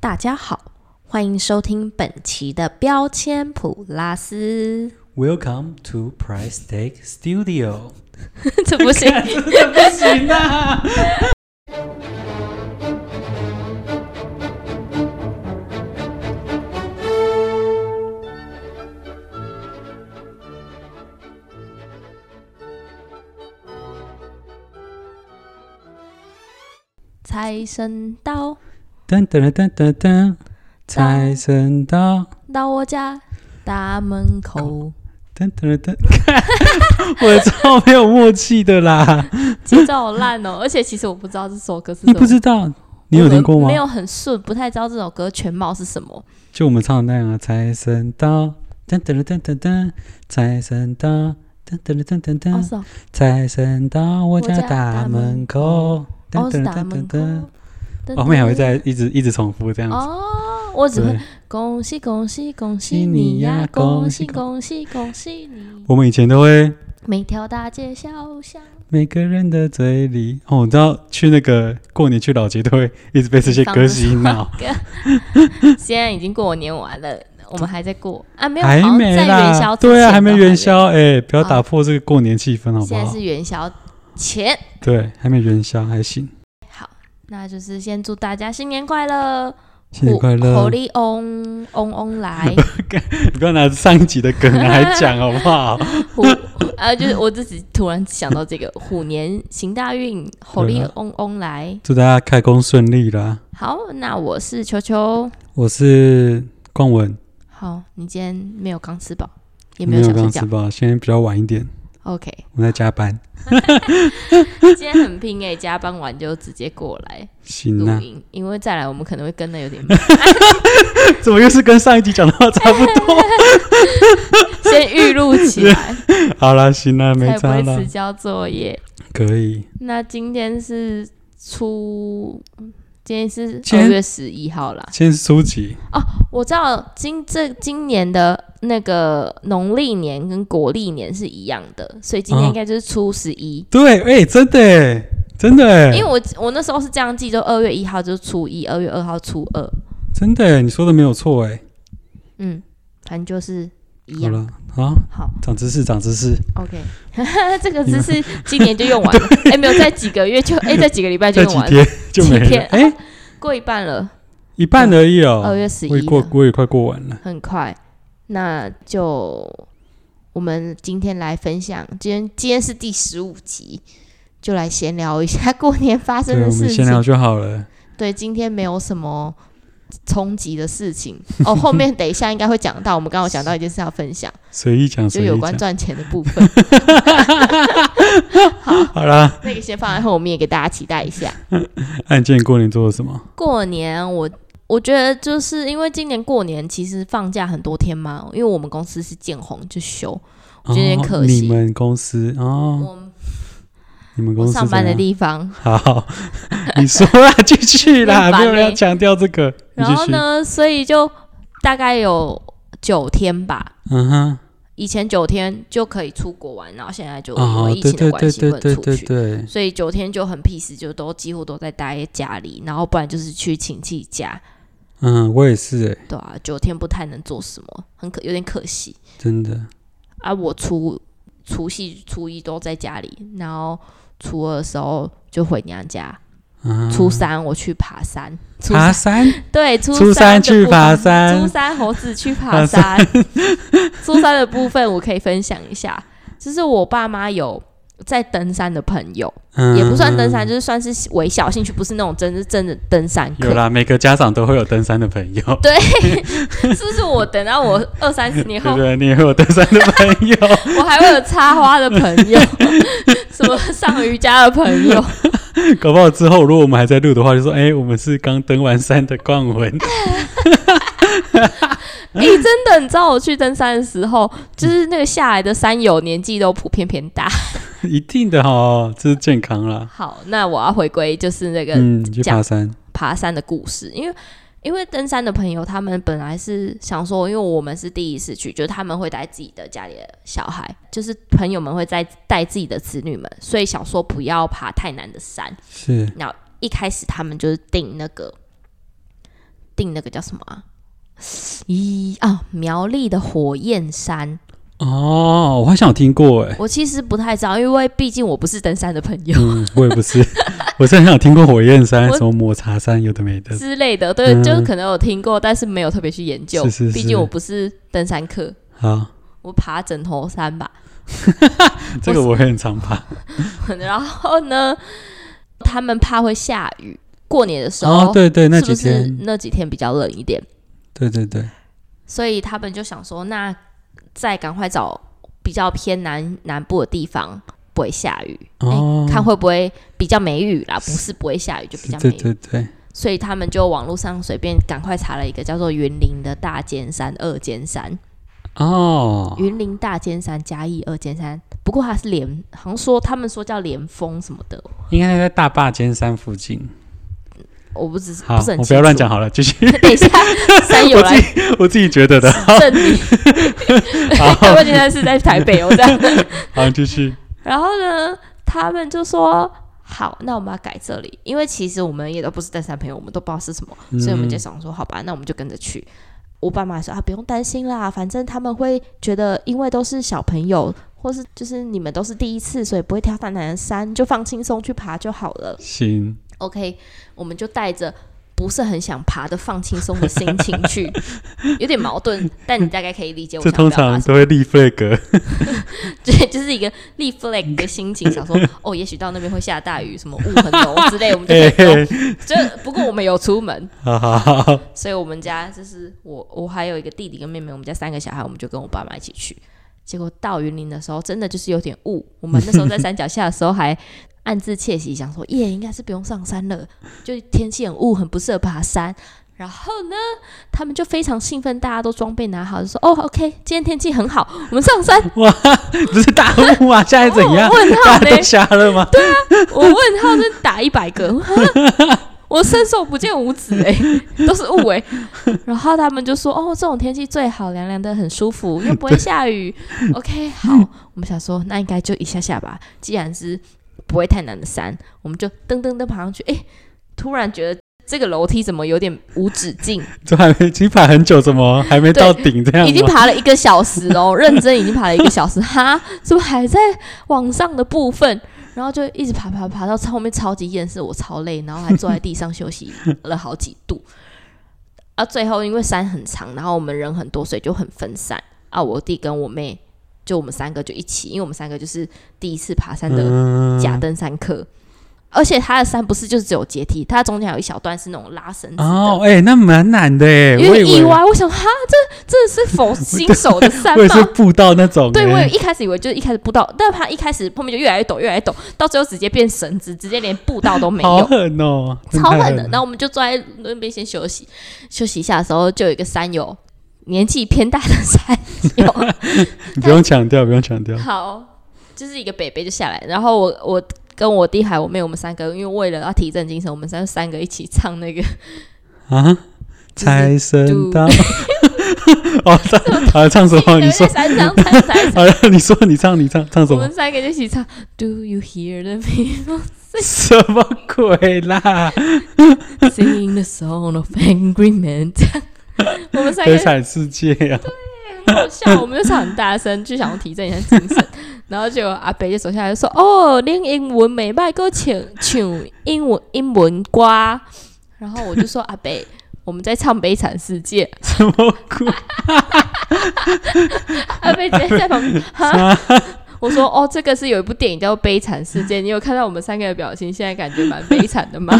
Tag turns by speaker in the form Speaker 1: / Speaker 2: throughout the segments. Speaker 1: 大家好，欢迎收听本期的标签普拉斯。
Speaker 2: Welcome to Price Tag Studio。
Speaker 1: 这不行，
Speaker 2: 真的不行啊！
Speaker 1: 财神到
Speaker 2: 噔噔噔噔噔，财神到！
Speaker 1: 到我家大门口，
Speaker 2: 噔噔噔噔， 我超没有默契的啦！
Speaker 1: 节奏好烂哦！而且其实我不知道这首歌是什
Speaker 2: 你
Speaker 1: 么，
Speaker 2: 不知道，你有听过吗
Speaker 1: 没？有很顺，不太知道这首歌全貌是什么。
Speaker 2: 就我们唱的那样啊，财神到！噔噔噔噔噔，财神到！噔噔噔噔
Speaker 1: 哦，
Speaker 2: 噔，
Speaker 1: 是哦，
Speaker 2: 财神到我家大门口！
Speaker 1: 哦
Speaker 2: 噔
Speaker 1: 是
Speaker 2: 噔
Speaker 1: 大
Speaker 2: 噔
Speaker 1: 门
Speaker 2: 噔
Speaker 1: 口
Speaker 2: 噔，。哦后面还会再一直一直重复这样子。
Speaker 1: 哦，我只会
Speaker 2: 对。
Speaker 1: 恭喜恭喜恭喜
Speaker 2: 喜
Speaker 1: 你
Speaker 2: 你
Speaker 1: 呀
Speaker 2: 呀！
Speaker 1: 恭喜
Speaker 2: 恭喜
Speaker 1: 恭喜恭喜你！
Speaker 2: 我们以前都会
Speaker 1: 每条大街小巷，
Speaker 2: 每个人的嘴里哦，我知道去那个过年去老街
Speaker 1: 嗯
Speaker 2: 都会一直被这些歌洗 脑，
Speaker 1: 现在已经过年完了，我们还在过啊？没有，
Speaker 2: 还
Speaker 1: 好像
Speaker 2: 没
Speaker 1: 在元宵
Speaker 2: 啦，
Speaker 1: 之前
Speaker 2: 对啊，还没
Speaker 1: 都
Speaker 2: 元，宵，哎、不要
Speaker 1: 好
Speaker 2: 打破这个过年气氛好不
Speaker 1: 现在
Speaker 2: 好
Speaker 1: 是？元宵前。
Speaker 2: 对，还没元宵，还行，
Speaker 1: 好，那就是先祝大家新年快乐，
Speaker 2: 新年快乐！
Speaker 1: 利翁翁翁 来，
Speaker 2: 你 不要拿上一集的梗来讲好不 好？
Speaker 1: 虎啊，就是我自己突然想到这个虎年行大运，虎利
Speaker 2: 对啊
Speaker 1: 翁翁来。
Speaker 2: 祝大家开工顺利啦！
Speaker 1: 好，那我是球球。
Speaker 2: 我是冠文，
Speaker 1: 好，你今天没有刚吃饱，也没
Speaker 2: 没
Speaker 1: 有
Speaker 2: 有
Speaker 1: 想睡
Speaker 2: 刚
Speaker 1: 觉
Speaker 2: 吃。饱，现在比较晚一点，
Speaker 1: OK，
Speaker 2: 我在加班。
Speaker 1: 今天很拼诶、加班完就直接过来
Speaker 2: 行
Speaker 1: 录
Speaker 2: 啦，
Speaker 1: 音，因为再来我们可能会跟的有点慢，
Speaker 2: 怎么又是跟上一集讲的话 差不多？
Speaker 1: 先预录起来，
Speaker 2: 好啦，行啦， 没
Speaker 1: 才不
Speaker 2: 差
Speaker 1: 会
Speaker 2: 啦
Speaker 1: 迟，交作业。
Speaker 2: 可以。
Speaker 1: 那今天是初，今天是
Speaker 2: 今
Speaker 1: 二
Speaker 2: 天
Speaker 1: 月十一号啦。
Speaker 2: 先是初级，
Speaker 1: 我知道今这今年的那个农历年跟国历年是一样的，所以今天
Speaker 2: 啊
Speaker 1: 应该就是初十一。
Speaker 2: 对，哎、真的耶，真的耶，
Speaker 1: 因为我我那时候是这样记，就二月一号就是初一，二月二号初二，
Speaker 2: 真的耶，你说的没有错，哎，
Speaker 1: 嗯，反正就是一
Speaker 2: 好
Speaker 1: 样。
Speaker 2: 了，啊，
Speaker 1: 好
Speaker 2: 长知识，长知识，
Speaker 1: ，OK，这 个姿势今年就用完 了，哎、没有，在几个月就哎、在几个礼拜就
Speaker 2: 这
Speaker 1: 用
Speaker 2: 几
Speaker 1: 完了，
Speaker 2: 天 就没
Speaker 1: 几
Speaker 2: 了
Speaker 1: 天，
Speaker 2: 哎、
Speaker 1: 过一半了，
Speaker 2: 一半而已
Speaker 1: 二
Speaker 2: 哦，
Speaker 1: 月十
Speaker 2: 我也
Speaker 1: 一
Speaker 2: 过
Speaker 1: 了，，
Speaker 2: 我也快过完了，
Speaker 1: 很快。那就我们今天来分享，今天今天是第十五集，就来闲聊一下 过年发生
Speaker 2: 对，
Speaker 1: 的
Speaker 2: 我们
Speaker 1: 事
Speaker 2: 闲聊
Speaker 1: 情。
Speaker 2: 就好了，
Speaker 1: 对，今天没有什么冲击的事 情哦，后面等一下应该会讲到，我们刚刚有讲到一件事要分享，
Speaker 2: 随意讲，
Speaker 1: 就
Speaker 2: 随
Speaker 1: 有
Speaker 2: 意
Speaker 1: 关
Speaker 2: 讲，
Speaker 1: 赚钱的部分。
Speaker 2: 好啦，
Speaker 1: 那个先放在后面，给大家期待一下。
Speaker 2: 那你今年过年做了什么？
Speaker 1: 过年我我觉得就是因为今年过年其实放假很多天嘛，因为我们公司是见红就休，我觉得有点
Speaker 2: 哦
Speaker 1: 可惜
Speaker 2: 你们公司哦，
Speaker 1: 我
Speaker 2: 你们公
Speaker 1: 我
Speaker 2: 司
Speaker 1: 上班的
Speaker 2: 怎样
Speaker 1: 地方。
Speaker 2: 好，你说啦，继 续啦，
Speaker 1: 很烦
Speaker 2: 没有人要
Speaker 1: 欸
Speaker 2: 强调这个，你
Speaker 1: 然
Speaker 2: 继
Speaker 1: 后
Speaker 2: 续，
Speaker 1: 呢，所以就大概有九天吧。
Speaker 2: 嗯哼，
Speaker 1: 以前九天就可以出国玩，然后现在就因
Speaker 2: 哦
Speaker 1: 为，疫
Speaker 2: 对
Speaker 1: 情的
Speaker 2: 对
Speaker 1: 关
Speaker 2: 对
Speaker 1: 系不
Speaker 2: 对
Speaker 1: 能
Speaker 2: 对
Speaker 1: 出
Speaker 2: 对
Speaker 1: 去，
Speaker 2: 对，
Speaker 1: 所以九天就很 peace，就都几乎都在待在家里，然后不然就是去亲戚家，
Speaker 2: 嗯，我也是、欸，
Speaker 1: 对啊，九天不太能做什么，很可有点可惜。
Speaker 2: 真的，
Speaker 1: 啊，我初除夕、初一都在家里，然后初二的时候就回娘家，
Speaker 2: 嗯，
Speaker 1: 初三我去爬山，初
Speaker 2: 爬山，
Speaker 1: 对初
Speaker 2: 初
Speaker 1: 三的
Speaker 2: 三去
Speaker 1: 部
Speaker 2: 爬
Speaker 1: 分初
Speaker 2: 山，
Speaker 1: 三猴子去爬
Speaker 2: 爬
Speaker 1: 山，初三的部分我可以分享一下，就是我爸妈有。在登山的朋友、
Speaker 2: 嗯
Speaker 1: 也不算登山，就是算是微小兴趣，不是那种真是真的登山
Speaker 2: 有
Speaker 1: 客。
Speaker 2: 啦，每个家长都会有登山的朋友，
Speaker 1: 对是不是我等到我二三十年
Speaker 2: 对
Speaker 1: 后
Speaker 2: 不，对？你也会有登山的 朋友，
Speaker 1: 我还会有插花的朋友， 什么上瑜伽的朋友，
Speaker 2: 搞不好之后如果我们还在录的话，就说，哎，我们是刚登完山的冠文，
Speaker 1: 哎、真的，你知道我去登山的时候，就是那个下来的山友年纪都普遍偏大。
Speaker 2: 一定的哈，这是健康啦。
Speaker 1: 好，那我要回归就是那个
Speaker 2: 嗯，去爬山，
Speaker 1: 爬山的故事，因为因为登山的朋友他们本来是想说，因为我们是第一次去，就是他们会带自己的家里的小孩，就是朋友们会带带自己的子女们，所以想说不要爬太难的山。
Speaker 2: 是
Speaker 1: 一开始他们就是订那个订那个叫什么啊？咦啊，苗栗的火焰山，
Speaker 2: 哦，我好像有听过哎，
Speaker 1: 我其实不太知道，因为毕竟我不是登山的朋友
Speaker 2: 嗯，我也 不是，我是很想听过火焰山、
Speaker 1: 我
Speaker 2: 什么抹茶山，有的没的。
Speaker 1: 之类的，对，
Speaker 2: 嗯
Speaker 1: 就是可能有听过，但是没有特别去研究，
Speaker 2: 是是是
Speaker 1: 毕竟我不是登山客，
Speaker 2: 好，
Speaker 1: 我爬枕头山吧。
Speaker 2: 这个我也很常爬。
Speaker 1: 然后呢，他们怕会下雨，过年的时候，
Speaker 2: 哦，对对，那几
Speaker 1: 是
Speaker 2: 天
Speaker 1: 不，是那几天比较冷一点，
Speaker 2: 对对对，
Speaker 1: 所以他们就想说，那再赶快找比较偏南南部的地方。不会下雨，哎
Speaker 2: 哦，
Speaker 1: 看会不会比较没雨啦？不是不会下雨，就比较没
Speaker 2: 对
Speaker 1: 雨。
Speaker 2: 对对，
Speaker 1: 所以他们就网络上随便赶快查了一个叫做云林的大尖山、二尖山，
Speaker 2: 哦，
Speaker 1: 云林大尖山、嘉义二尖山。不过它是连，好像说他们说叫连峰什么的，
Speaker 2: 应该在大坝尖山附近。
Speaker 1: 我不只是
Speaker 2: 好
Speaker 1: 不是很，
Speaker 2: 我
Speaker 1: 清
Speaker 2: 不要乱
Speaker 1: 楚
Speaker 2: 讲好了，继续
Speaker 1: 等一下，山友
Speaker 2: 我
Speaker 1: 来
Speaker 2: 自己我自己觉得的。好
Speaker 1: 证明， 他们现在是在台北哦，这样。
Speaker 2: 好，继续。
Speaker 1: 然后呢，他们就说。好，那我们要改这里，因为其实我们也都不是登山朋友，我们都不知道是什么，
Speaker 2: 嗯
Speaker 1: 所以我们就想说，好吧，那我们就跟着去。我爸妈说啊，不用担心啦，反正他们会觉得，因为都是小朋友，或是就是你们都是第一次，所以不会挑太难的山，就放轻松去爬就好 了。
Speaker 2: 行，
Speaker 1: OK，我们就带着不是很想爬的放轻松的心情去， 有点矛盾，但你大概可以理解我
Speaker 2: 这
Speaker 1: 想
Speaker 2: 通
Speaker 1: 表达
Speaker 2: 常
Speaker 1: 什么。
Speaker 2: 都会立 flag。
Speaker 1: 对， 就是一个立 flag 的心情，想说哦，也许到那边会下大雨，什么雾很 浓之类，我们就可
Speaker 2: 哎
Speaker 1: 以不用。就不过我们有出门，
Speaker 2: 好好好，
Speaker 1: 所以我们家就是我，我还有一个弟弟跟妹妹，我们家三个小孩，我们就跟我爸妈一起去。结果到云林的时候，真的就是有点雾。我们那时候在山脚下的时候，还暗自窃喜，想说耶，应该是不用上山了，就天气很雾，很不适合爬山。然后呢，他们就非常兴奋，大家都装备拿好，就说哦，OK，今天天气很好，我们上山。
Speaker 2: 哇，不是大雾啊，现在 怎样
Speaker 1: 我？问
Speaker 2: 大
Speaker 1: 号
Speaker 2: 家
Speaker 1: 呢
Speaker 2: 都？瞎了吗？
Speaker 1: 我问号就打一百个， 哈我伸手不见五指哎、 都是雾哎、然后他们就说：“哦，这种天气最好，凉凉的，很舒服，又不会下雨。”OK，好，我们想说那应该就一下下吧，既然是不会太难的山，我们就噔噔噔爬上去。哎、突然觉得这个楼梯怎么有点无止境？
Speaker 2: 这还没，已经爬很久，怎么还没到顶这样吗？
Speaker 1: 已经爬了一个小时哦，认真已经爬了一个小时， 哈，怎么还在往上的部分？然后就一直爬爬爬到后面超级厌世，我超累，然后还坐在地上休息了好几度。啊，最后因为山很长，然后我们人很多，所以就很分散。啊，我弟跟我妹就我们三个就一起，因为我们三个就是第一次爬山的
Speaker 2: 嗯
Speaker 1: 假登山客。而且它的山不是就只有阶梯，它中间还有一小段是那种拉绳子的，
Speaker 2: 哦，哎、那蛮难的哎，
Speaker 1: 有
Speaker 2: 我以
Speaker 1: 点意
Speaker 2: 为
Speaker 1: 外。我想，哈，这这是否新手的山
Speaker 2: 我也
Speaker 1: 吗
Speaker 2: 是？步道那种、欸，
Speaker 1: 对，我也一开始以为就是一开始步道，但他一开始后面就越来越陡，越来越陡，到最后直接变绳子，直接连步道都没
Speaker 2: 好
Speaker 1: 有，
Speaker 2: 狠哦、真
Speaker 1: 超
Speaker 2: 太
Speaker 1: 狠的。
Speaker 2: 了
Speaker 1: 然后我们就坐在那边先休息，休息一下的时候，就有一个山友，年纪偏大的山 友，
Speaker 2: 你不用强调，不用强调，
Speaker 1: 好，就是一个北北就下来，然后我我跟我弟还有我妹，我们三个，因为为了要提振精神，我们三三个一起唱那个
Speaker 2: 啊，财神到。 哦，唱啊，唱 什么？
Speaker 1: 对
Speaker 2: 你说
Speaker 1: 在山上唱 才
Speaker 2: 好了，你说你唱，你唱唱什
Speaker 1: 我
Speaker 2: 么
Speaker 1: 们？三个就一起唱 Do you hear the people
Speaker 2: 什么鬼啦？
Speaker 1: 哎 singing the song of angry men？我们三
Speaker 2: 悲
Speaker 1: 个
Speaker 2: 惨世界啊！
Speaker 1: 很好笑，我们就唱很大声，就想要提振一下精神。然后就阿北就走下来就说：“哦，练英文没歹，给我唱唱英文英文歌。”然后我就说：“阿北，我们在唱《悲惨世界
Speaker 2: 什么 鬼？》。
Speaker 1: 阿北直接在旁 边，哈，我说：“哦，这个是有一部电影叫《悲惨世界》，你有看到我们三个的表情，现在感觉蛮悲惨的 吗？”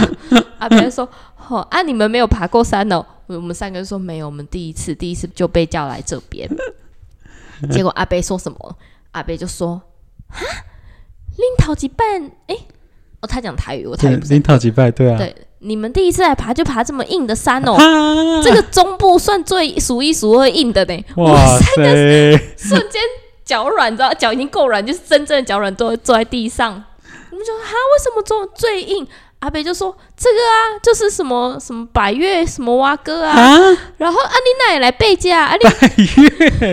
Speaker 1: 阿北就说：“哦，啊，你们没有爬过山哦。”我们三个就说：“没有，我们第一次，第一次就被叫来这 边。”结果阿贝说什么？阿贝就说：“哈，拎头几半，哎、哦，他讲台语，我台语，
Speaker 2: 对
Speaker 1: 不是
Speaker 2: 领讨几拜，对啊，
Speaker 1: 对。你们第一次来爬就爬这么硬的山 哦，
Speaker 2: 啊，
Speaker 1: 这个中部算最数一数二硬的呢。我
Speaker 2: 哇塞，
Speaker 1: 瞬间脚软，你知道脚已经够软，就是真正的脚软，坐坐在地上。我们就说哈，为什么坐最硬？阿北就说这个啊，就是什么什么百越什么蛙哥啊，
Speaker 2: 啊，
Speaker 1: 然后啊你那也来背架，啊你
Speaker 2: 百越，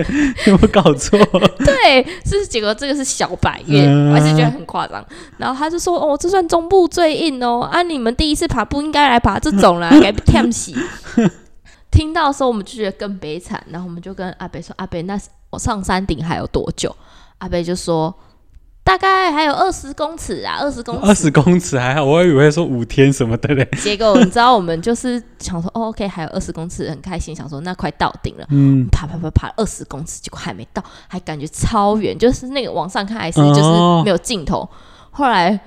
Speaker 2: 有没有搞错？
Speaker 1: 对，是结果这个是小百越，
Speaker 2: 嗯
Speaker 1: 我还是觉得很夸张。然后他就说：“哦，这算 中部最硬哦，啊，你们第一次爬不应该来爬这种啦，该被 t 死。”听到的时候，我们就觉得更悲惨，然后我们就跟阿北说：“阿北，那我上山顶还有多久？”阿北就说：“大概还有二十公尺啊，二十公尺。”
Speaker 2: 二十公尺还好，我以为说五天什么的嘞。
Speaker 1: 结果你知道，我们就是想说，哦，OK，还有二十公尺，很开心，想说那快到顶了，
Speaker 2: 嗯，
Speaker 1: 爬爬爬爬二十公尺，结果还没到，还感觉超远，就是那个往上看还是
Speaker 2: 哦
Speaker 1: 就是没有尽头。后来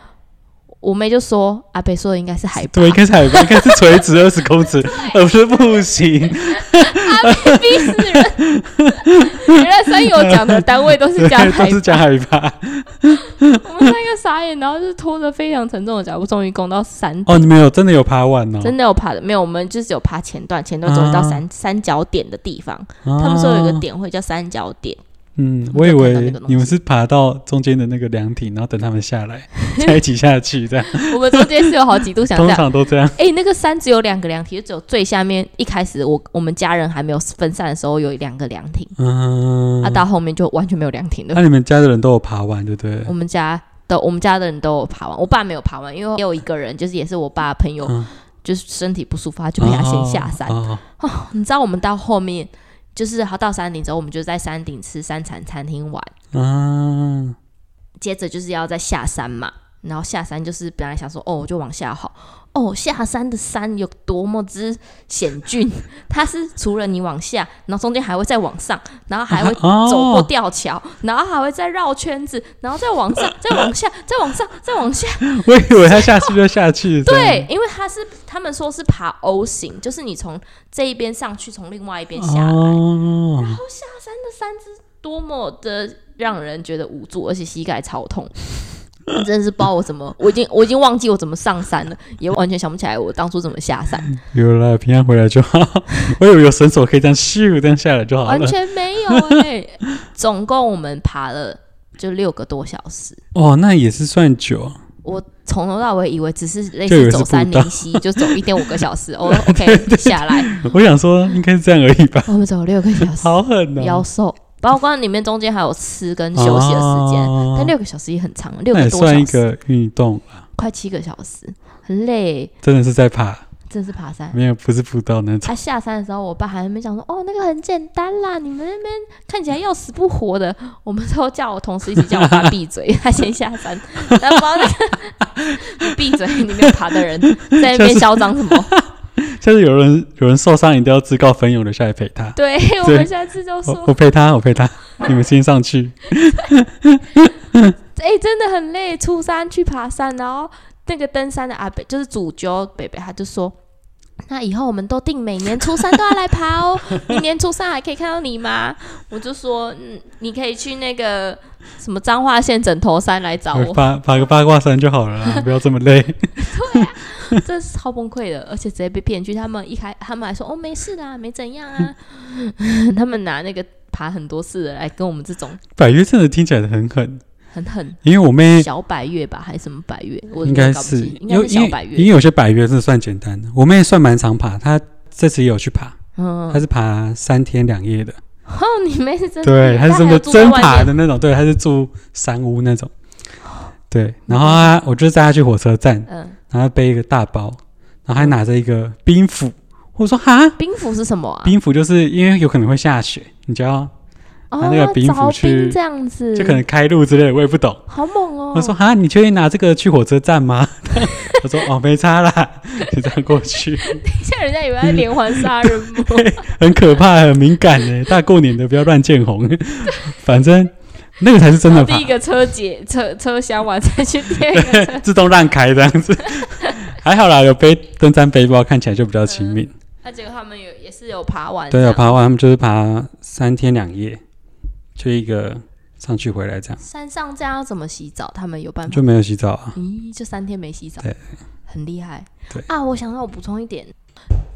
Speaker 1: 我妹就说，阿北说的应该是海拔，
Speaker 2: 对，应该是海拔，应该是垂直二十 公尺，呃，不是不行，
Speaker 1: 逼死人！原来山友讲的单位都是加
Speaker 2: 对，
Speaker 1: 海
Speaker 2: 都是加海拔。
Speaker 1: 我们三个傻眼，然后就是拖着非常沉重的脚步，终于攻到山。
Speaker 2: 哦，你们有真的有爬完哦？
Speaker 1: 真的有爬的没有？我们就只有爬前段，前段终于到
Speaker 2: 啊
Speaker 1: 山、山脚点的地方。他
Speaker 2: 他
Speaker 1: 们说有一个，点会叫山脚点，
Speaker 2: 嗯，
Speaker 1: 就
Speaker 2: 我以
Speaker 1: 看到那
Speaker 2: 为
Speaker 1: 个东西
Speaker 2: 你们是爬到中间的那个凉亭，然后等他们下 来，再一起下去，这样
Speaker 1: 我们中间是有好几度想这
Speaker 2: 通
Speaker 1: 样。
Speaker 2: 常都这样。
Speaker 1: 哎、那个山只有两个凉亭，就只有最下面一开始我我们家人还没有分散的时候有两个凉亭，
Speaker 2: 嗯，哎
Speaker 1: 啊，到后面就完全没有凉亭了。
Speaker 2: 那你们家的人都有爬完，对不对？
Speaker 1: 我们家的我们家的人都有爬完，我爸没有爬完，因为也有一个人就是也是我爸的朋友，
Speaker 2: 嗯
Speaker 1: 就是身体不舒服，他就陪他先下山。
Speaker 2: 哦哦哦
Speaker 1: 你知道我们到后面就是好到山顶之后，我们就在山顶吃山产餐厅玩，
Speaker 2: 啊，
Speaker 1: 接着就是要再下山嘛，然后下山就是本来想说哦，我就往下好，哦，下山的山有多么之险峻， 它是除了你往下，然后中间还会再往上，然后还会
Speaker 2: 哦
Speaker 1: 走过吊桥，然后还会再绕圈子，然后再往上， 再往下，再往上，再往下。
Speaker 2: 哦我以为他下去就下去，这样
Speaker 1: 对，因为它是他们说是爬 O 型，就是你从这一边上去，从另外一边下来。
Speaker 2: 哦，
Speaker 1: 多么的让人觉得无助，而且膝盖超痛。 我真的是不知道我怎么，我已经我已经忘记我怎么上山了，也完全想不起来我当初怎么下山，
Speaker 2: 有了，平安回来就好。 我以为有绳索可以这样咻这样下来就好
Speaker 1: 完
Speaker 2: 了。
Speaker 1: 全没有哎、 总共我们爬了就六个多小时，
Speaker 2: 哦，那也是算久。
Speaker 1: 我从头到尾以为只是类
Speaker 2: 就以
Speaker 1: 似
Speaker 2: 为是
Speaker 1: 走山
Speaker 2: 步道
Speaker 1: 林溪，就走一点五个小 时，哦 OK 下来，
Speaker 2: 我想说应该是这样而已吧，
Speaker 1: 我们走了六个小时，
Speaker 2: 好狠哦！
Speaker 1: 腰瘦，包括里面中间还有吃跟休息的时间，
Speaker 2: 哦
Speaker 1: 但六个小时也很长，六
Speaker 2: 那
Speaker 1: 个
Speaker 2: 也
Speaker 1: 多小
Speaker 2: 算一
Speaker 1: 时，
Speaker 2: 个运动了，
Speaker 1: 快七个小时，很累，
Speaker 2: 真的是在爬，
Speaker 1: 真是爬山。
Speaker 2: 没有不是步道那种。
Speaker 1: 啊，下山的时候，我爸还在那边讲说：“哦，那个很简单啦，你们那边看起来要死不活的。”我们都叫我同事一起叫我爸闭嘴， 他先下山，然后把那个 你闭嘴，你没有爬的人在那边嚣张什么？
Speaker 2: 下次有人有人受伤，一定要自告奋勇的下来陪他。
Speaker 1: 对我们下次就
Speaker 2: 我
Speaker 1: 说
Speaker 2: 我陪他，我 陪他，你们先上去。：“
Speaker 1: 哎、真的很累，出山去爬山。”然后那个登山的阿北，就是主教北北，他就说。那以后我们都定每年初三都要来爬 哦，明年初三还可以看到你吗？我就说，嗯，你可以去那个什么彰化县枕头山来 找我，
Speaker 2: 爬爬个八卦山就好 了啦，不要这么累。
Speaker 1: 这是超崩溃的，而且直接被骗去。他们一开，他们还说哦没事啦，没怎样啊。 他们拿那个爬很多次的来跟我们这种
Speaker 2: 百越真的听起来很狠，
Speaker 1: 很狠
Speaker 2: 因为我妹
Speaker 1: 小百月吧，还是什么百月，我
Speaker 2: 应该
Speaker 1: 搞不
Speaker 2: 是
Speaker 1: 清，应该是
Speaker 2: 因
Speaker 1: 小
Speaker 2: 为
Speaker 1: 百
Speaker 2: 因为
Speaker 1: 月。
Speaker 2: 有些百越是算简单的，我妹算蛮常爬，她这次也有去爬，
Speaker 1: 嗯
Speaker 2: 她，是爬三天两夜的，
Speaker 1: 哦，你妹是真的，
Speaker 2: 对，她是真
Speaker 1: 还有
Speaker 2: 的
Speaker 1: 住在
Speaker 2: 真
Speaker 1: 外
Speaker 2: 爬
Speaker 1: 面
Speaker 2: 的那种，对，她是住山屋那种，对，然后她我就载她去火车站，
Speaker 1: 嗯，
Speaker 2: 然后她背一个大包，然后还拿着一个冰斧，我说哈，
Speaker 1: 冰斧是什么啊？
Speaker 2: 冰斧就是因为有可能会下雪，你就要拿
Speaker 1: 哦，
Speaker 2: 那个冰斧
Speaker 1: 凿
Speaker 2: 去
Speaker 1: 冰这样子，
Speaker 2: 就可能开路之类的，我也不懂。
Speaker 1: 好猛嗯哦。
Speaker 2: 我说哈，你确定拿这个去火车站吗？ 他说哦，没差啦， 就这样过去，
Speaker 1: 现在人家以为他连环杀人魔，
Speaker 2: 很可怕，很敏感呢。大过年的不要乱见红， 反正那个才是 真的吧
Speaker 1: 第一，个车解车车厢完再去第二 个车，
Speaker 2: 自动让开这样子，还好啦，有背登山背包，看起来就比较亲民。
Speaker 1: 那结果他们有也是有爬完，
Speaker 2: 对，有啊爬完，他们就是爬三天两夜，就一个上去回来这样，
Speaker 1: 山上这样要怎么洗澡？他们有办法？
Speaker 2: 就没有洗澡啊。
Speaker 1: 咦，就三天没洗澡
Speaker 2: 对，
Speaker 1: 很厉害。
Speaker 2: 对
Speaker 1: 啊，我想让我补充一点，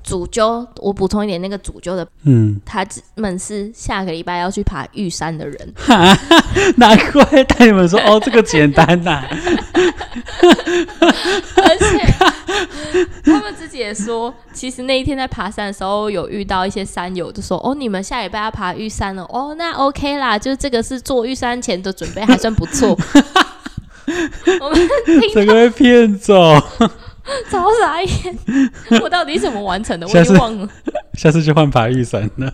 Speaker 1: 主揪，我补充一点，那个主揪的
Speaker 2: 嗯，
Speaker 1: 他们是下个礼拜要去爬玉山的人，
Speaker 2: 哈， 难怪带你们说哦，这个简单啊呐、
Speaker 1: 而且他们自己也说，其实那一天在爬山的时候，有遇到一些山友，就说：“哦，你们下礼拜要爬玉山了，哦，那 OK 啦，就是这个是做玉山前的准备，还算不 错。”我们
Speaker 2: 整个被骗走。
Speaker 1: 超傻眼，我到底是怎么完成的？我
Speaker 2: 下
Speaker 1: 已
Speaker 2: 次
Speaker 1: 经忘了。
Speaker 2: 下次就换爬玉伞了。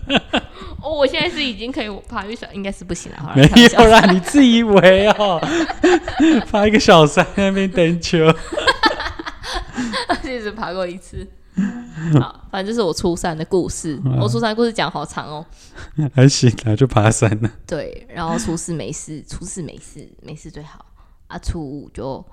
Speaker 1: 哦，我现在是已经可以爬玉伞，应该是不行了。好啦
Speaker 2: 没
Speaker 1: 开玩笑
Speaker 2: 有啊啦，你自以为哦， 爬一个小山在那边等球。
Speaker 1: 其实爬过 一次。好，反正就是我初三的故事。
Speaker 2: 嗯
Speaker 1: 我初三的故事讲好长哦。
Speaker 2: 还行啦，就爬山了。
Speaker 1: 对，然后初四没事，初四没事，没事最好。啊，初五就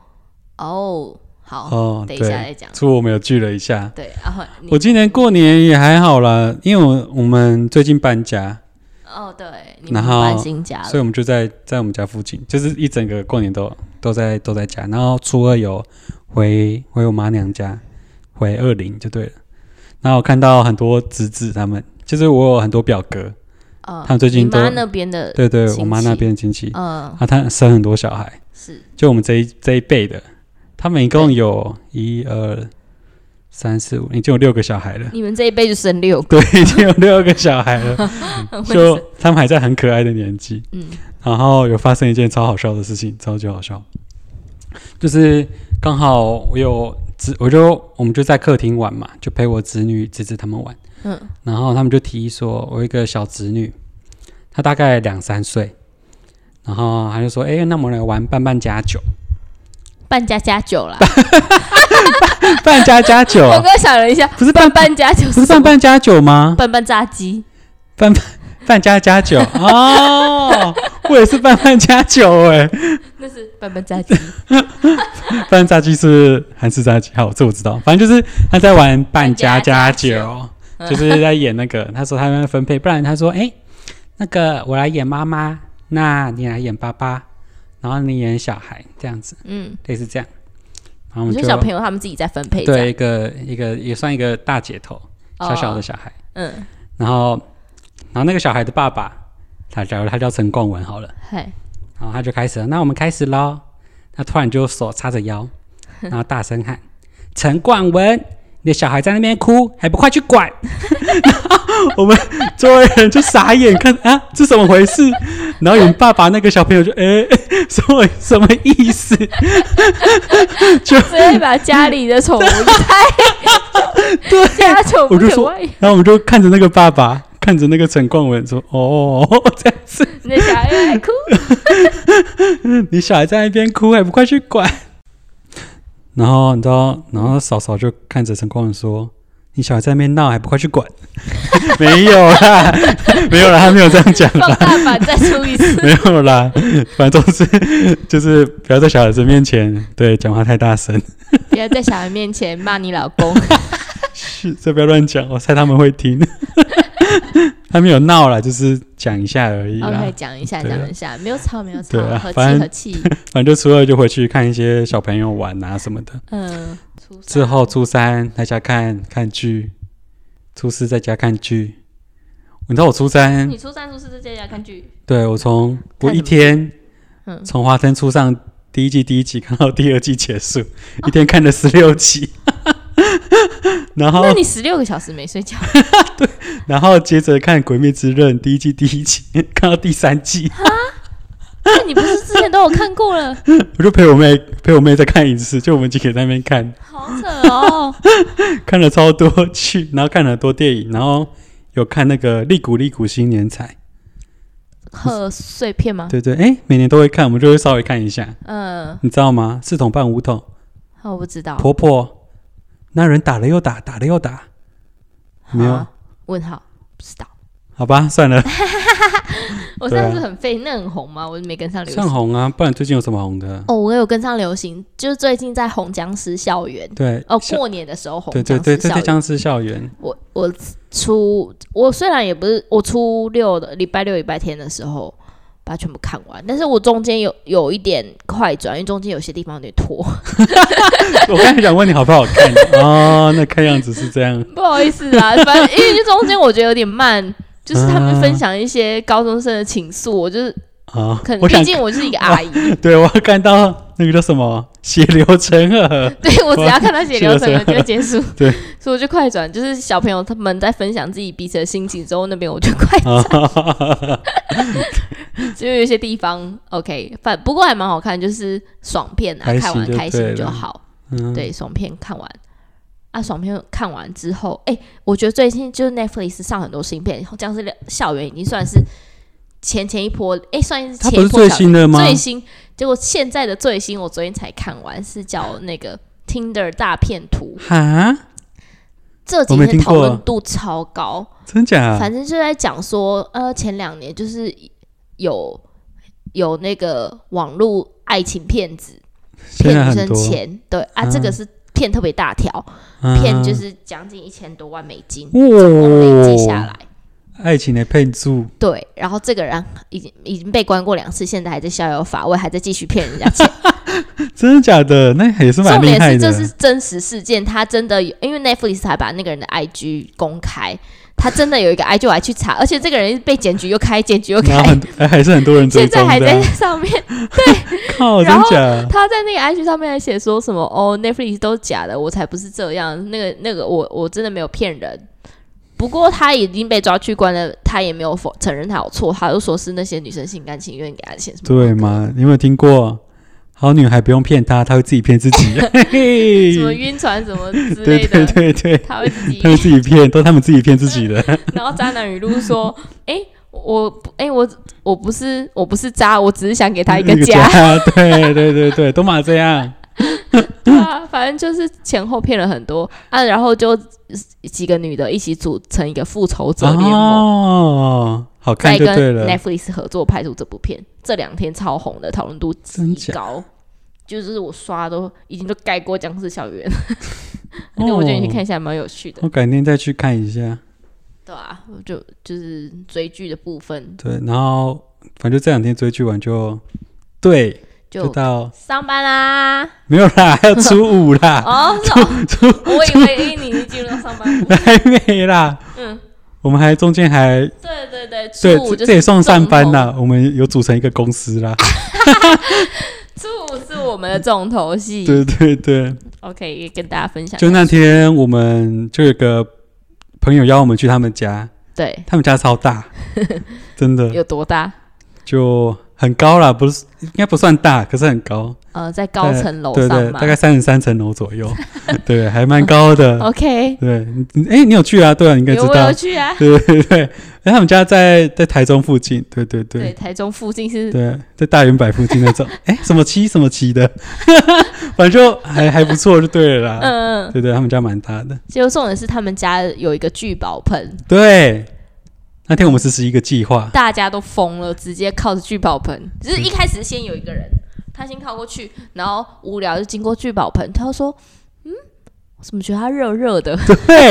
Speaker 1: 哦，好，
Speaker 2: 哦，
Speaker 1: 等一下再
Speaker 2: 对
Speaker 1: 讲，。
Speaker 2: 初五没有聚了一下。
Speaker 1: 对，然后你
Speaker 2: 我今年过年也还好啦，因为我我们最近搬家，
Speaker 1: 哦，对，你们
Speaker 2: 然后
Speaker 1: 搬新家
Speaker 2: 所以
Speaker 1: 了，
Speaker 2: 我们就在在我们家附近，就是一整个过年都都在都在家。然后初二有回回我妈娘家，回二林就对了。然后我看到很多侄子他们，就是我有很多表哥，
Speaker 1: 嗯，
Speaker 2: 他们最近
Speaker 1: 你
Speaker 2: 都
Speaker 1: 妈那边的，
Speaker 2: 对对
Speaker 1: 呃亲，戚
Speaker 2: 我妈那边的亲戚，
Speaker 1: 嗯，
Speaker 2: 啊，他生很多小孩。
Speaker 1: 是。
Speaker 2: 就我们这一这一辈的，他们一共有一二三四五，已经有六个小孩了
Speaker 1: 你们这一辈就生六个，
Speaker 2: 对，已经有六个小孩 了，
Speaker 1: 很会
Speaker 2: 嗯就
Speaker 1: 生
Speaker 2: 他们还在很可爱的年纪。
Speaker 1: 嗯，
Speaker 2: 然后有发生一件超好笑的事情，超级好笑，就是刚好我有侄，我就我们就在客厅玩嘛，就陪我侄女侄子他们玩。
Speaker 1: 嗯，
Speaker 2: 然后他们就提议说，我有一个小侄女，她大概两三岁，然后他就说，哎、那我们来玩半半加 九，
Speaker 1: 半家家酒啦。
Speaker 2: 半加加九
Speaker 1: 我
Speaker 2: 啊
Speaker 1: 刚，刚想了一下，
Speaker 2: 不是半半
Speaker 1: 半家酒
Speaker 2: 不
Speaker 1: 什么
Speaker 2: 是半半加九吗？
Speaker 1: 半半炸鸡，
Speaker 2: 半加加九哦，我也是半半加九哎，
Speaker 1: 那是半半炸鸡。
Speaker 2: 半炸鸡是韩式炸鸡，好，这我知道。反正就是他在玩半加加九，
Speaker 1: 半加加九
Speaker 2: 就是在演那个。他说他们分配，不然他说哎、那个我来演妈妈，那你来演爸爸，然后你演小孩，这样子
Speaker 1: 嗯，
Speaker 2: 类似这样。然后我
Speaker 1: 你说
Speaker 2: 们就
Speaker 1: 小朋友他们自己在分配，
Speaker 2: 对一，个一个也算一个大姐头，小小的
Speaker 1: 哦，
Speaker 2: 小孩。
Speaker 1: 嗯，
Speaker 2: 然后然后那个小孩的爸爸，他假如他叫陈冠文好了。
Speaker 1: 嘿，
Speaker 2: 然啊后他就开始了，那我们开始喽。他突然就手叉着腰， 然后大声喊：“陈冠文，你的小孩在那边哭，还不快去管！” 然后我们周围人就傻眼看啊，这怎么回事？ 然后你爸爸那个小朋友就哎、什么什么意思？
Speaker 1: 直接把家里的 宠物拆，对，家宠
Speaker 2: 我
Speaker 1: 不
Speaker 2: 就
Speaker 1: 可
Speaker 2: 说
Speaker 1: 外扬，
Speaker 2: 然后我们就看着那个爸爸，看着那个陈冠文说：“哦，这样子，
Speaker 1: 你的小孩爱哭，
Speaker 2: 你小孩在那边哭，还不快去管？” 然后你知道，然后嫂嫂就看着陈光文说：“你小孩在那边闹，还不快去管？” 没有啦， 没有啦，他没有这样讲
Speaker 1: 放
Speaker 2: 啦，
Speaker 1: 大版再出一次。
Speaker 2: 没有啦，反正都是就是不要在小孩子面前对讲话太大声，
Speaker 1: 不要在小孩面前骂你老公。
Speaker 2: 是这不要乱讲，我猜他们会听。 他没有闹啦，就是讲一下而已啦。
Speaker 1: OK，讲一下，
Speaker 2: 对啊
Speaker 1: 讲一下，没有吵，没有吵
Speaker 2: 对，啊
Speaker 1: 和
Speaker 2: 反
Speaker 1: 气
Speaker 2: 正
Speaker 1: 和 气。
Speaker 2: 反正就初二就回去看一些小朋友玩啊什么的，
Speaker 1: 嗯，初三
Speaker 2: 之后初三在家看看剧，初四在家看剧。你知道我初三
Speaker 1: 你初三、初四在家看剧，
Speaker 2: 对我从我
Speaker 1: 看
Speaker 2: 一
Speaker 1: 什么
Speaker 2: 天
Speaker 1: 嗯，
Speaker 2: 从华灯初上第一季第一集看到第二季结 束，一天看了十六集， 然后
Speaker 1: 那你十六个小时没睡觉，
Speaker 2: 然后接着看《鬼灭之刃》第一季第一集， 看到第三季，
Speaker 1: 那你不是之前都有看过 了？
Speaker 2: 我就陪我妹陪我妹再看一次，就我们几个在那边看，
Speaker 1: 好扯哦！
Speaker 2: 看了超多剧，然后看了很多电影，然后有看那个《利古利古新年彩》，
Speaker 1: 贺碎片吗？
Speaker 2: 对对，哎，每年都会看，我们就会稍微看一下，
Speaker 1: 嗯，
Speaker 2: 你知道吗？四桶半五桶，
Speaker 1: 我不知道。
Speaker 2: 婆婆那人打了又打，打了又打，没有。
Speaker 1: 啊问号，不知道。
Speaker 2: 好吧，算了，
Speaker 1: 我
Speaker 2: 对啊
Speaker 1: 上次很废，那很红吗？我没跟上流
Speaker 2: 算
Speaker 1: 行。
Speaker 2: 红啊，不然最近有什么红的？
Speaker 1: 哦，我有跟上流行，就是最近在红僵尸校园。
Speaker 2: 对，
Speaker 1: 哦，
Speaker 2: 校
Speaker 1: 过年的时候红
Speaker 2: 对对
Speaker 1: 僵
Speaker 2: 对
Speaker 1: 尸
Speaker 2: 对
Speaker 1: 校
Speaker 2: 对，
Speaker 1: 园。
Speaker 2: 僵尸校园，
Speaker 1: 我我初我虽然也不是我初六的礼拜六礼拜天的时候把它全部看完，但是我中间有有一点快转，因为中间有些地方有点拖，
Speaker 2: 我刚才想问你好不好看哦，那看样子是这样，
Speaker 1: 不好意思啦，反正因为中间我觉得有点慢。就是他
Speaker 2: 嗯
Speaker 1: 们分享一些高中生的情愫，我就是
Speaker 2: 啊
Speaker 1: 可能，
Speaker 2: 我想
Speaker 1: 毕，竟我是一个阿姨，
Speaker 2: 对我看到那个叫什么血流成 河，
Speaker 1: 对我只要看他写流程
Speaker 2: 是的
Speaker 1: 了就会结束，
Speaker 2: 对，
Speaker 1: 所以我就快转，就是小朋友他们在分享自己彼此的心情之后，那边我就快转，
Speaker 2: 啊，
Speaker 1: 就有一些地方 OK，反不过还蛮好看，就是爽片啊，
Speaker 2: 开心
Speaker 1: 看完
Speaker 2: 就
Speaker 1: 开心
Speaker 2: 对
Speaker 1: 就
Speaker 2: 了
Speaker 1: 好，
Speaker 2: 嗯，
Speaker 1: 对，爽片看完，啊，爽片看完之后，哎、我觉得最近就是 Netflix 上很多新片，僵尸校园已经算是前前一波，哎、算是
Speaker 2: 它
Speaker 1: 前
Speaker 2: 不
Speaker 1: 一
Speaker 2: 是
Speaker 1: 波
Speaker 2: 最
Speaker 1: 小
Speaker 2: 新的吗？
Speaker 1: 最新，结果现在的最新我昨天才看完，是叫那个 Tinder 大片图，
Speaker 2: 哈，
Speaker 1: 这几
Speaker 2: 我没
Speaker 1: 天
Speaker 2: 听
Speaker 1: 讨
Speaker 2: 过
Speaker 1: 论度超高，
Speaker 2: 真假？
Speaker 1: 反正就在讲说，呃，前两年就是有有那个网络爱情骗子
Speaker 2: 现
Speaker 1: 骗
Speaker 2: 在
Speaker 1: 女
Speaker 2: 很
Speaker 1: 生
Speaker 2: 多嗯
Speaker 1: 钱，对啊，
Speaker 2: 啊
Speaker 1: 这个是骗特别大条，骗就是将近一千多万美金，
Speaker 2: 哦
Speaker 1: 我累积下
Speaker 2: 哇，
Speaker 1: 来。
Speaker 2: 爱情的配注，
Speaker 1: 对，然后这个人已经已经被关过两次，现在还在逍遥法外，还在继续骗人家钱。
Speaker 2: 真的假的？那也是蛮
Speaker 1: 重
Speaker 2: 厉
Speaker 1: 点
Speaker 2: 害
Speaker 1: 是
Speaker 2: 的
Speaker 1: 这。是真实事件，他真的有，因为 Netflix 还把那个人的 IG 公开，他真的有一个 IG 我还去查，而且这个人被检举又开，检举又
Speaker 2: 然后
Speaker 1: 开
Speaker 2: 很，哎还是很多人追
Speaker 1: 现在
Speaker 2: 踪
Speaker 1: 还
Speaker 2: 的
Speaker 1: 在
Speaker 2: 啊，
Speaker 1: 上面。
Speaker 2: 靠，真
Speaker 1: 然后
Speaker 2: 假？
Speaker 1: 他在那个 IG 上面还写说什么哦，Netflix 都假的，我才不是这样。那个那个我我真的没有骗人。不过他已经被抓去关了，他也没有否承认他有错，他就说是那些女生心甘情愿给他钱什么
Speaker 2: 对嘛？你有没有听过？好女孩不用骗她，她会自己骗自己。 嘿嘿
Speaker 1: 什么晕船什么之
Speaker 2: 对
Speaker 1: 类
Speaker 2: 对
Speaker 1: 的，
Speaker 2: 对对，
Speaker 1: 他会自 己
Speaker 2: 她会自己骗，都是他们自己骗自 己的。
Speaker 1: 然后渣男语录说：“ 哎、我不，哎、我我不是我不是渣，我只是想给他一个家。
Speaker 2: 家，对对对对，都嘛这样。
Speaker 1: 对啊，反正就是前后骗了很多啊，然后就几个女的一起组成一个复仇者联盟，
Speaker 2: 哦，好看
Speaker 1: 再
Speaker 2: 就
Speaker 1: 跟
Speaker 2: 对了。
Speaker 1: Netflix 合作拍出这部片，这两天超红的，讨论度
Speaker 2: 真
Speaker 1: 极
Speaker 2: 假
Speaker 1: 高。就是我刷都已经都盖过《僵尸校园》
Speaker 2: 哦
Speaker 1: 那我觉得你去看一下蛮有趣的，
Speaker 2: 我改天再去看一下。
Speaker 1: 对啊，我就就是追剧的部分
Speaker 2: 对，然后反正这两天追剧完就对，就
Speaker 1: 就
Speaker 2: 到
Speaker 1: 上班啦。
Speaker 2: 没有啦，还有初五啦，
Speaker 1: 哦，是 哦我以为你已经进入到上班族。
Speaker 2: 还没啦。
Speaker 1: 嗯，
Speaker 2: 我们还中间还
Speaker 1: 对对对，初
Speaker 2: 对，
Speaker 1: 五就
Speaker 2: 这这
Speaker 1: 是
Speaker 2: 也算上班啦。我们有组成一个公司啦。
Speaker 1: 初五是我们的重头戏。
Speaker 2: 对对对，
Speaker 1: OK，也跟大家分享。
Speaker 2: 就那天我们就有个朋友邀我们去他们家，
Speaker 1: 对
Speaker 2: 他们家 超大，真的
Speaker 1: 有多大？
Speaker 2: 就很高啦，不是应该不算大，可是很高，
Speaker 1: 呃，在高层楼
Speaker 2: 对
Speaker 1: 上
Speaker 2: 对，
Speaker 1: 嘛。
Speaker 2: 大概三十三层楼左 右，对，还蛮高的。
Speaker 1: OK，
Speaker 2: 对，你你哎、你有去啊？对啊，你应该知
Speaker 1: 哦有我有
Speaker 2: 道。
Speaker 1: 去啊。
Speaker 2: 对对对，哎，他们家在在台中附近，对对
Speaker 1: 对，
Speaker 2: 对
Speaker 1: 台中附近是
Speaker 2: 对，在大圆柏附 近那种，哎，什么七什么七的， 反正就还还不错就对了啦。
Speaker 1: 嗯，嗯
Speaker 2: 对对，他们家蛮大的。
Speaker 1: 结果重点是他们家有一个聚宝盆，
Speaker 2: 对，那天我们实施一个计划，
Speaker 1: 大家都疯了，直接靠着聚宝盆。只
Speaker 2: 嗯
Speaker 1: 是一开始先有一个人，他先靠过去，然后无聊就经过聚宝盆，他就说：“嗯，我怎么觉得它热热的？”
Speaker 2: 对，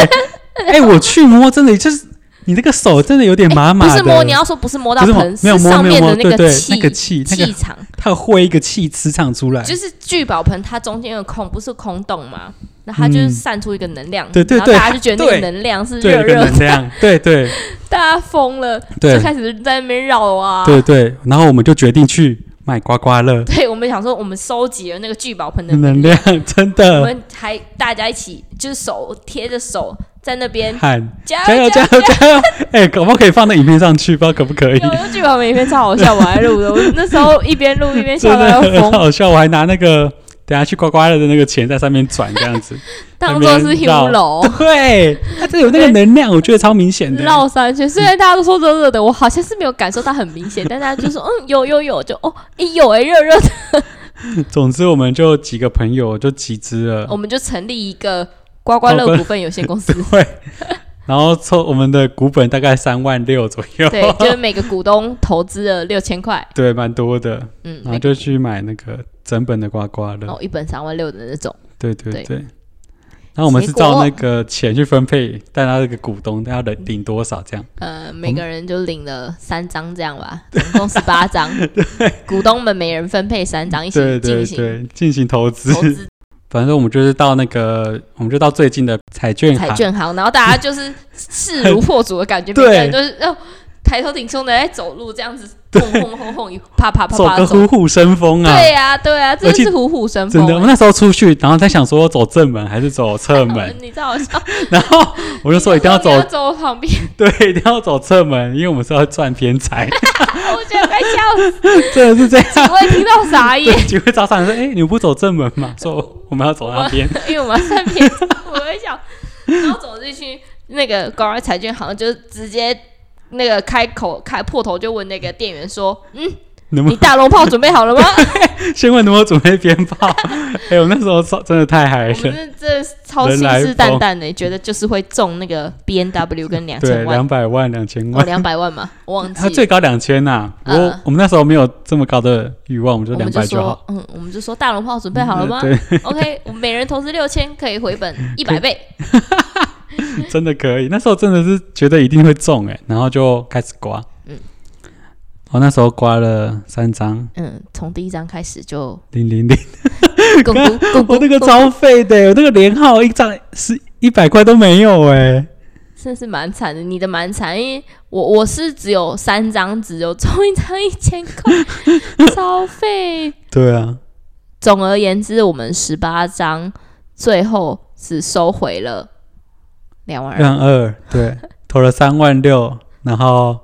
Speaker 2: 哎，我去摸，真的就是你那个手真的有点麻麻
Speaker 1: 不
Speaker 2: 的，
Speaker 1: 是摸，你要说不是摸到
Speaker 2: 不是摸
Speaker 1: 盆，
Speaker 2: 没有摸
Speaker 1: 上
Speaker 2: 没有
Speaker 1: 面
Speaker 2: 摸，
Speaker 1: 的
Speaker 2: 对对，
Speaker 1: 气
Speaker 2: 那个气，那
Speaker 1: 气
Speaker 2: 个
Speaker 1: 场，
Speaker 2: 它会一个气磁场出来，
Speaker 1: 就是聚宝盆它中间有空，不是空洞嘛？那它就是
Speaker 2: 嗯
Speaker 1: 散出一个能量，
Speaker 2: 对对
Speaker 1: 然后
Speaker 2: 对
Speaker 1: 大家就觉得那个
Speaker 2: 对
Speaker 1: 能量是
Speaker 2: 对，
Speaker 1: 热
Speaker 2: 有个
Speaker 1: 热，
Speaker 2: 能量，对对
Speaker 1: 大家疯了，就
Speaker 2: 对
Speaker 1: 开始在那边绕啊。
Speaker 2: 对对，然后我们就决定去买刮刮乐，
Speaker 1: 对，我们想说我们收集了那个聚宝盆的
Speaker 2: 能量真
Speaker 1: 我
Speaker 2: 的
Speaker 1: 们还大家一起就是手贴着手在那边
Speaker 2: 喊
Speaker 1: 加
Speaker 2: 加油
Speaker 1: 加
Speaker 2: 加油加油！哎，可不可以放到影片上去？不知道可不可以？
Speaker 1: 有那个聚宝盆影片超好笑，我还录的，我那时候一边录一边笑
Speaker 2: 真
Speaker 1: 到
Speaker 2: 的
Speaker 1: 要
Speaker 2: 很
Speaker 1: 疯，
Speaker 2: 好笑，我还拿那个等下去刮刮乐的那个钱在上面转这样子，
Speaker 1: 当做是
Speaker 2: 那边绕
Speaker 1: Hero。
Speaker 2: 对，它这有那个能量，我觉得超明显的。
Speaker 1: 绕三圈，虽然大家都说热热的，我好像是没有感受到很明 显，但大家就说嗯有有有，就哦哎有哎热热的，
Speaker 2: 总之，我们就几个朋友就集资了
Speaker 1: 我，们就成立一个刮刮乐股份有限公 司，
Speaker 2: 对，然后凑我们的股本大概三万六左右，
Speaker 1: 对，就是每个股东投资了六千块，
Speaker 2: 对，蛮多的，
Speaker 1: 嗯，
Speaker 2: 然后
Speaker 1: 每
Speaker 2: 就去买那个整本的刮刮乐，
Speaker 1: 哦一本三万六的那种，
Speaker 2: 对对
Speaker 1: 对
Speaker 2: 对。然后我们是
Speaker 1: 结果
Speaker 2: 照那个钱去分配，但他那个股东他要领领多少这样？
Speaker 1: 呃，每个人就领了三张这样吧，总共十八张，股东们每人分配三张一起
Speaker 2: 对
Speaker 1: 进
Speaker 2: 对
Speaker 1: 行
Speaker 2: 对，进行投资。
Speaker 1: 投资
Speaker 2: 反正我们就是到那个，我们就到最近的彩券
Speaker 1: 彩
Speaker 2: 行，
Speaker 1: 券行，然后大家就是势如破竹的感觉，每
Speaker 2: 对
Speaker 1: 个人就是哦。抬头挺胸的在走路，这样 子轰轰轰轰，啪啪啪
Speaker 2: 走
Speaker 1: 啪
Speaker 2: 个
Speaker 1: 走。
Speaker 2: 虎虎生风啊！
Speaker 1: 对呀、对呀、真
Speaker 2: 而
Speaker 1: 的
Speaker 2: 且
Speaker 1: 是虎虎生
Speaker 2: 真
Speaker 1: 风、
Speaker 2: 的，我那时候出去，然后在想说走正门还是走侧
Speaker 1: 欸
Speaker 2: 门，
Speaker 1: 你知道我笑，
Speaker 2: 然后我
Speaker 1: 我
Speaker 2: 就说一定要走，
Speaker 1: 走旁边，
Speaker 2: 对，一定要走侧门，因为我们是要赚 偏财，
Speaker 1: 我觉得快笑死，
Speaker 2: 真的是这样。
Speaker 1: 我也听到傻眼，
Speaker 2: 对，就会招商人说：“哎、你们不走正门嘛？”说我们要 走那边，
Speaker 1: 因为我们身边，我在想，然后总之去那个广外彩券行，就直接那个开口开破头就问那个店员 说：“嗯，
Speaker 2: 能不
Speaker 1: 你大龙炮准备好了吗？”
Speaker 2: 先问能不能准备鞭炮？ 哎、我那时候真的太
Speaker 1: 我
Speaker 2: 嗨了，
Speaker 1: 们这这超信誓旦旦的，觉得就是会中那个 B N W 跟两
Speaker 2: 对，
Speaker 1: 千万
Speaker 2: 两百万、两千
Speaker 1: 哦，
Speaker 2: 万，
Speaker 1: 两百万 嘛，我忘
Speaker 2: 他
Speaker 1: 记了。
Speaker 2: 最高两千呐。我、
Speaker 1: 嗯
Speaker 2: 我们那时候没有这么高的欲望，我们就
Speaker 1: 我
Speaker 2: 两
Speaker 1: 们
Speaker 2: 百
Speaker 1: 就
Speaker 2: 就好。
Speaker 1: 说，嗯，我们就说大龙炮准备好了 吗
Speaker 2: 嗯
Speaker 1: ？OK，我们每人投资六千，可以回 本一百倍。
Speaker 2: 对， 真的可以。那时候真的是觉得一定会中哎、然后就开始刮。嗯
Speaker 1: 嗯，
Speaker 2: 我那时候刮了三张
Speaker 1: 嗯，从第一张开始 就
Speaker 2: 零零零，
Speaker 1: 咕咕咕咕
Speaker 2: 哦我那
Speaker 1: 咕
Speaker 2: 个
Speaker 1: 咕
Speaker 2: 超废的、欸我那个连号一张是一百块都没有哎、
Speaker 1: 真是蛮惨的，你的蛮惨，因为我我是只有三张，只有中一张一千块， 超费。
Speaker 2: 对啊，
Speaker 1: 总而言之，我们十八张最后只收回了两万二，
Speaker 2: 让二对，投了三万六，然后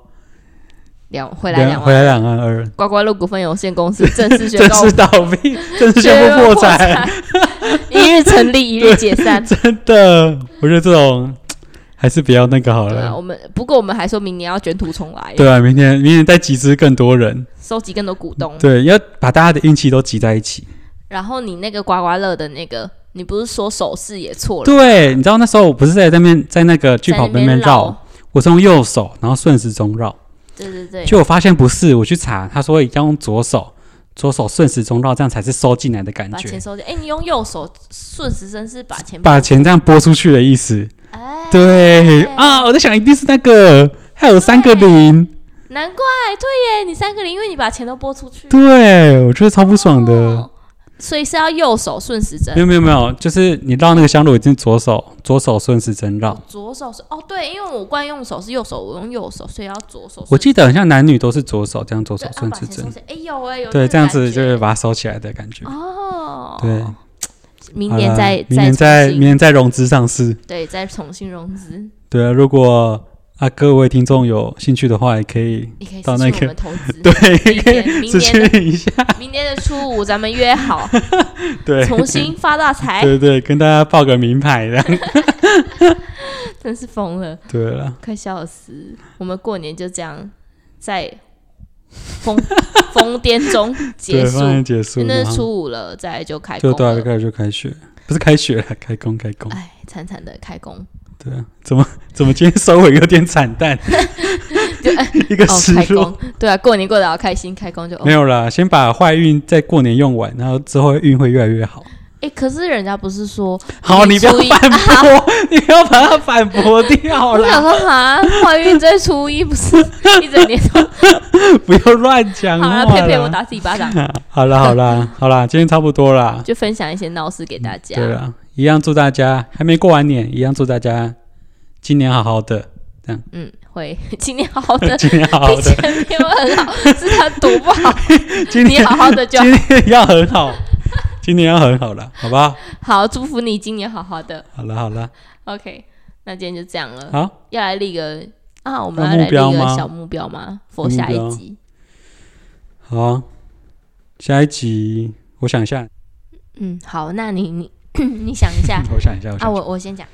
Speaker 1: 两回来两
Speaker 2: 回
Speaker 1: 万。
Speaker 2: 来两万二，
Speaker 1: 刮刮乐股份有限公 司正式宣
Speaker 2: 正
Speaker 1: 告
Speaker 2: 式倒闭，正式宣布
Speaker 1: 宣布
Speaker 2: 破
Speaker 1: 破
Speaker 2: 产。
Speaker 1: 产，一日成立，一日解 散。
Speaker 2: 真的，我觉得这种还是比较那个好
Speaker 1: 对啊，
Speaker 2: 了。
Speaker 1: 我们不过我们还说明年要卷土重来，
Speaker 2: 对啊，明天明天再集资更多人，
Speaker 1: 收集更多股东。
Speaker 2: 对，要把大家的运气都集在一起。
Speaker 1: 然后你那个刮刮乐的那个，你不是说手势也错了，
Speaker 2: 对，你知道那时候我不是在那边在那个聚
Speaker 1: 在
Speaker 2: 跑
Speaker 1: 那
Speaker 2: 那边
Speaker 1: 边
Speaker 2: 绕，，我是用右手，然后顺时钟绕，
Speaker 1: 对对对，
Speaker 2: 就我发现不是，我去查，他说要用左手，左手顺时钟绕，这样才是收进来的感
Speaker 1: 把
Speaker 2: 觉
Speaker 1: 钱，收进。哎，你用右手顺时针是把钱
Speaker 2: 把钱这样拨出去的意思。
Speaker 1: 哎，
Speaker 2: 对
Speaker 1: 哎
Speaker 2: 啊，我在想一定是那个，还有三个零，
Speaker 1: 难怪对耶，你三个零，因为你把钱都拨出去，
Speaker 2: 对我觉得超不爽的。
Speaker 1: 哦，所以是要右手顺时针
Speaker 2: 没。有没有没有，就是你绕那个香炉已经左手左手顺时针绕。
Speaker 1: 左手是哦，对，因为我惯用手是右手，我用右手，所以要左手顺时针。
Speaker 2: 我记得好像男女都是左手这样左手
Speaker 1: 对啊
Speaker 2: 顺
Speaker 1: 把
Speaker 2: 时
Speaker 1: 钱收
Speaker 2: 针，
Speaker 1: 起来哎有哎有
Speaker 2: 对，
Speaker 1: 个
Speaker 2: 这样子
Speaker 1: 感觉
Speaker 2: 就是把它收起来的感觉。
Speaker 1: 哦，
Speaker 2: 对，
Speaker 1: 明
Speaker 2: 好
Speaker 1: 年
Speaker 2: 啦
Speaker 1: 再
Speaker 2: 明年再
Speaker 1: 重新
Speaker 2: 明年再融资上市。
Speaker 1: 对再重新融资，
Speaker 2: 对啊，如果啊各位听众有兴趣的话，也 可以
Speaker 1: 你可以
Speaker 2: 到
Speaker 1: 私
Speaker 2: 那
Speaker 1: 信我
Speaker 2: 个
Speaker 1: 们投资。
Speaker 2: 对，
Speaker 1: 明
Speaker 2: 可
Speaker 1: 年
Speaker 2: 以
Speaker 1: 明
Speaker 2: 咨
Speaker 1: 年的
Speaker 2: 询 一下。
Speaker 1: 明年的初五咱们约好，
Speaker 2: 对，
Speaker 1: 重新发大财，
Speaker 2: 对对，跟大家报个名牌的。
Speaker 1: 真是疯了，
Speaker 2: 对啊了，
Speaker 1: 快笑死！我们过年就这样在 疯疯癫中结
Speaker 2: 对，
Speaker 1: 束，
Speaker 2: 放结束，
Speaker 1: 真的
Speaker 2: 然
Speaker 1: 是
Speaker 2: 后
Speaker 1: 初五了，再来就开工
Speaker 2: 就到
Speaker 1: 了，
Speaker 2: 开始就开学，不是开学了，开工开工。
Speaker 1: 哎，惨惨的开工，
Speaker 2: 对啊，怎么怎么今天收尾有点惨 淡， 一个
Speaker 1: 哦，
Speaker 2: 失
Speaker 1: 开
Speaker 2: 落。
Speaker 1: 工，对啊，过年过得好开心，开工就哦 OK
Speaker 2: 没。有啦，先把坏运在过年用完，然后之后运会越来越好。
Speaker 1: 哎、可是人家不是说，
Speaker 2: 好，你不要
Speaker 1: 初一
Speaker 2: 反驳， 你不要把它反驳掉
Speaker 1: 我想
Speaker 2: 啦，
Speaker 1: 说 哈，怀孕在初一不是一整年都
Speaker 2: 不要乱讲
Speaker 1: 好
Speaker 2: 话
Speaker 1: 了，
Speaker 2: 啦。
Speaker 1: 佩佩，我打自己巴 掌，
Speaker 2: 好啦好啦 好啦，今天差不多啦。
Speaker 1: 就分享一些闹事给大家。
Speaker 2: 对啊了，一样祝大家还没过完年，一样祝大家今年好 好的，
Speaker 1: 嗯，会， 今年好好的，
Speaker 2: 今年好好
Speaker 1: 比
Speaker 2: 的，
Speaker 1: 前面我很好，是他读不好，
Speaker 2: 今
Speaker 1: 你
Speaker 2: 年
Speaker 1: 好好的就
Speaker 2: 今年要 很好，今年要很好了，好不好？
Speaker 1: 好，祝福你今年好好的。
Speaker 2: 好了好了，
Speaker 1: OK，那今天就这样了，
Speaker 2: 好，
Speaker 1: 要来立个啊，我们要
Speaker 2: 要
Speaker 1: 来
Speaker 2: 目
Speaker 1: 立
Speaker 2: 标
Speaker 1: 个
Speaker 2: 吗
Speaker 1: 小目标吗？佛
Speaker 2: 目
Speaker 1: 下
Speaker 2: 标
Speaker 1: 一集，
Speaker 2: 好，下一集我想一下，
Speaker 1: 嗯，好，那你你 你想一下，
Speaker 2: 我想一下，我
Speaker 1: 啊，
Speaker 2: 想一
Speaker 1: 我
Speaker 2: 下，
Speaker 1: 我先讲，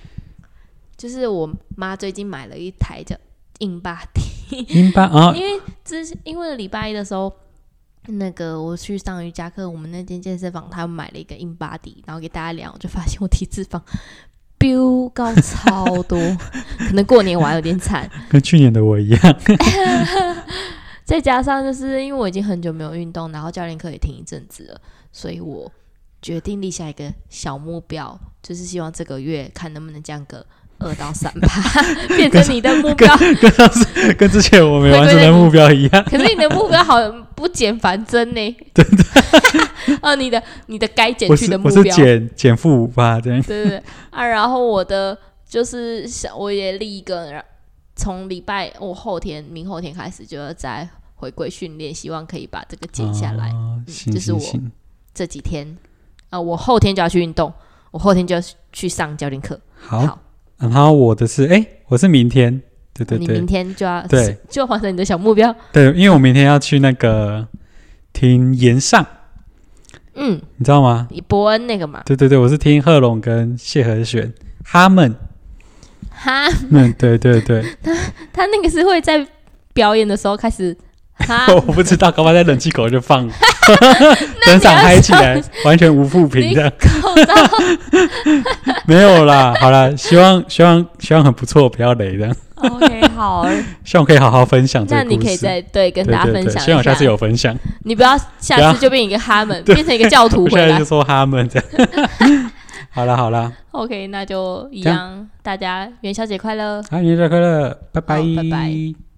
Speaker 1: 就是我妈最近买了一台叫印巴 迪，
Speaker 2: 英巴啊，
Speaker 1: 因为之前因为礼拜一的时候，那个我去上瑜伽课，我们那间健身房他们买了一个印巴迪，然后给大家量，我就发现我体脂肪 飙高超多， 可能过年我还有点惨，
Speaker 2: 跟去年的我一样。
Speaker 1: 再加上就是因为我已经很久没有运动，然后教练课也停一阵子了，所以我决定立下一个小目标，就是希望这个月看能不能降个二到三趴， 变成你的目标。
Speaker 2: 跟上次跟之前我们完成的目标一样，
Speaker 1: 可是你的目标好像不减反增呢，真 的。啊，你的你的该减
Speaker 2: 我
Speaker 1: 去
Speaker 2: 是
Speaker 1: 的
Speaker 2: 我
Speaker 1: 目
Speaker 2: 是
Speaker 1: 标，对
Speaker 2: 减减负五吧，这样
Speaker 1: 对对啊。然后我的就是想，我也立一个从礼拜我、后天、明后天开始就要再回归训练，希望可以把这个减下来。
Speaker 2: 哦、行
Speaker 1: 这是
Speaker 2: 行
Speaker 1: 我
Speaker 2: 行，
Speaker 1: 这几天啊、我后天就要去运动，我后天就要去上教练课。
Speaker 2: 好。然后我的是，哎，我是明天，对对
Speaker 1: 你
Speaker 2: 对
Speaker 1: 哦明天就要
Speaker 2: 对
Speaker 1: 就完成你的小目标。
Speaker 2: 对，因为我明天要去那个听岩上，
Speaker 1: 嗯，
Speaker 2: 你知道吗？
Speaker 1: 你伯恩那个嘛，
Speaker 2: 对对对，我是听贺龙跟谢和弦他们，
Speaker 1: 哈，
Speaker 2: 嗯，对对对，，
Speaker 1: 他那个是会在表演的时候开始哈 哦
Speaker 2: 我不知道，搞不好在冷气口 就放，登场嗨起来，完全无负评
Speaker 1: 你
Speaker 2: 的，
Speaker 1: 口罩
Speaker 2: 没有啦，好啦，希望希望希望很不错，不要雷的，
Speaker 1: OK 好，
Speaker 2: 希望可以好好分享这
Speaker 1: 那
Speaker 2: 个故事。
Speaker 1: 你可以再对跟
Speaker 2: 对
Speaker 1: 大家
Speaker 2: 对
Speaker 1: 分
Speaker 2: 对，
Speaker 1: 享一
Speaker 2: 希望我下次有分享，
Speaker 1: 你不要下
Speaker 2: 不要
Speaker 1: 次就变一个哈们，变成一个教徒
Speaker 2: 我
Speaker 1: 回
Speaker 2: 现在
Speaker 1: 来
Speaker 2: 就。说他们这样， 好啦好啦，
Speaker 1: OK，那就一
Speaker 2: 这样
Speaker 1: 样，大家元宵节快乐。
Speaker 2: 好，元宵快乐，拜拜
Speaker 1: 好拜拜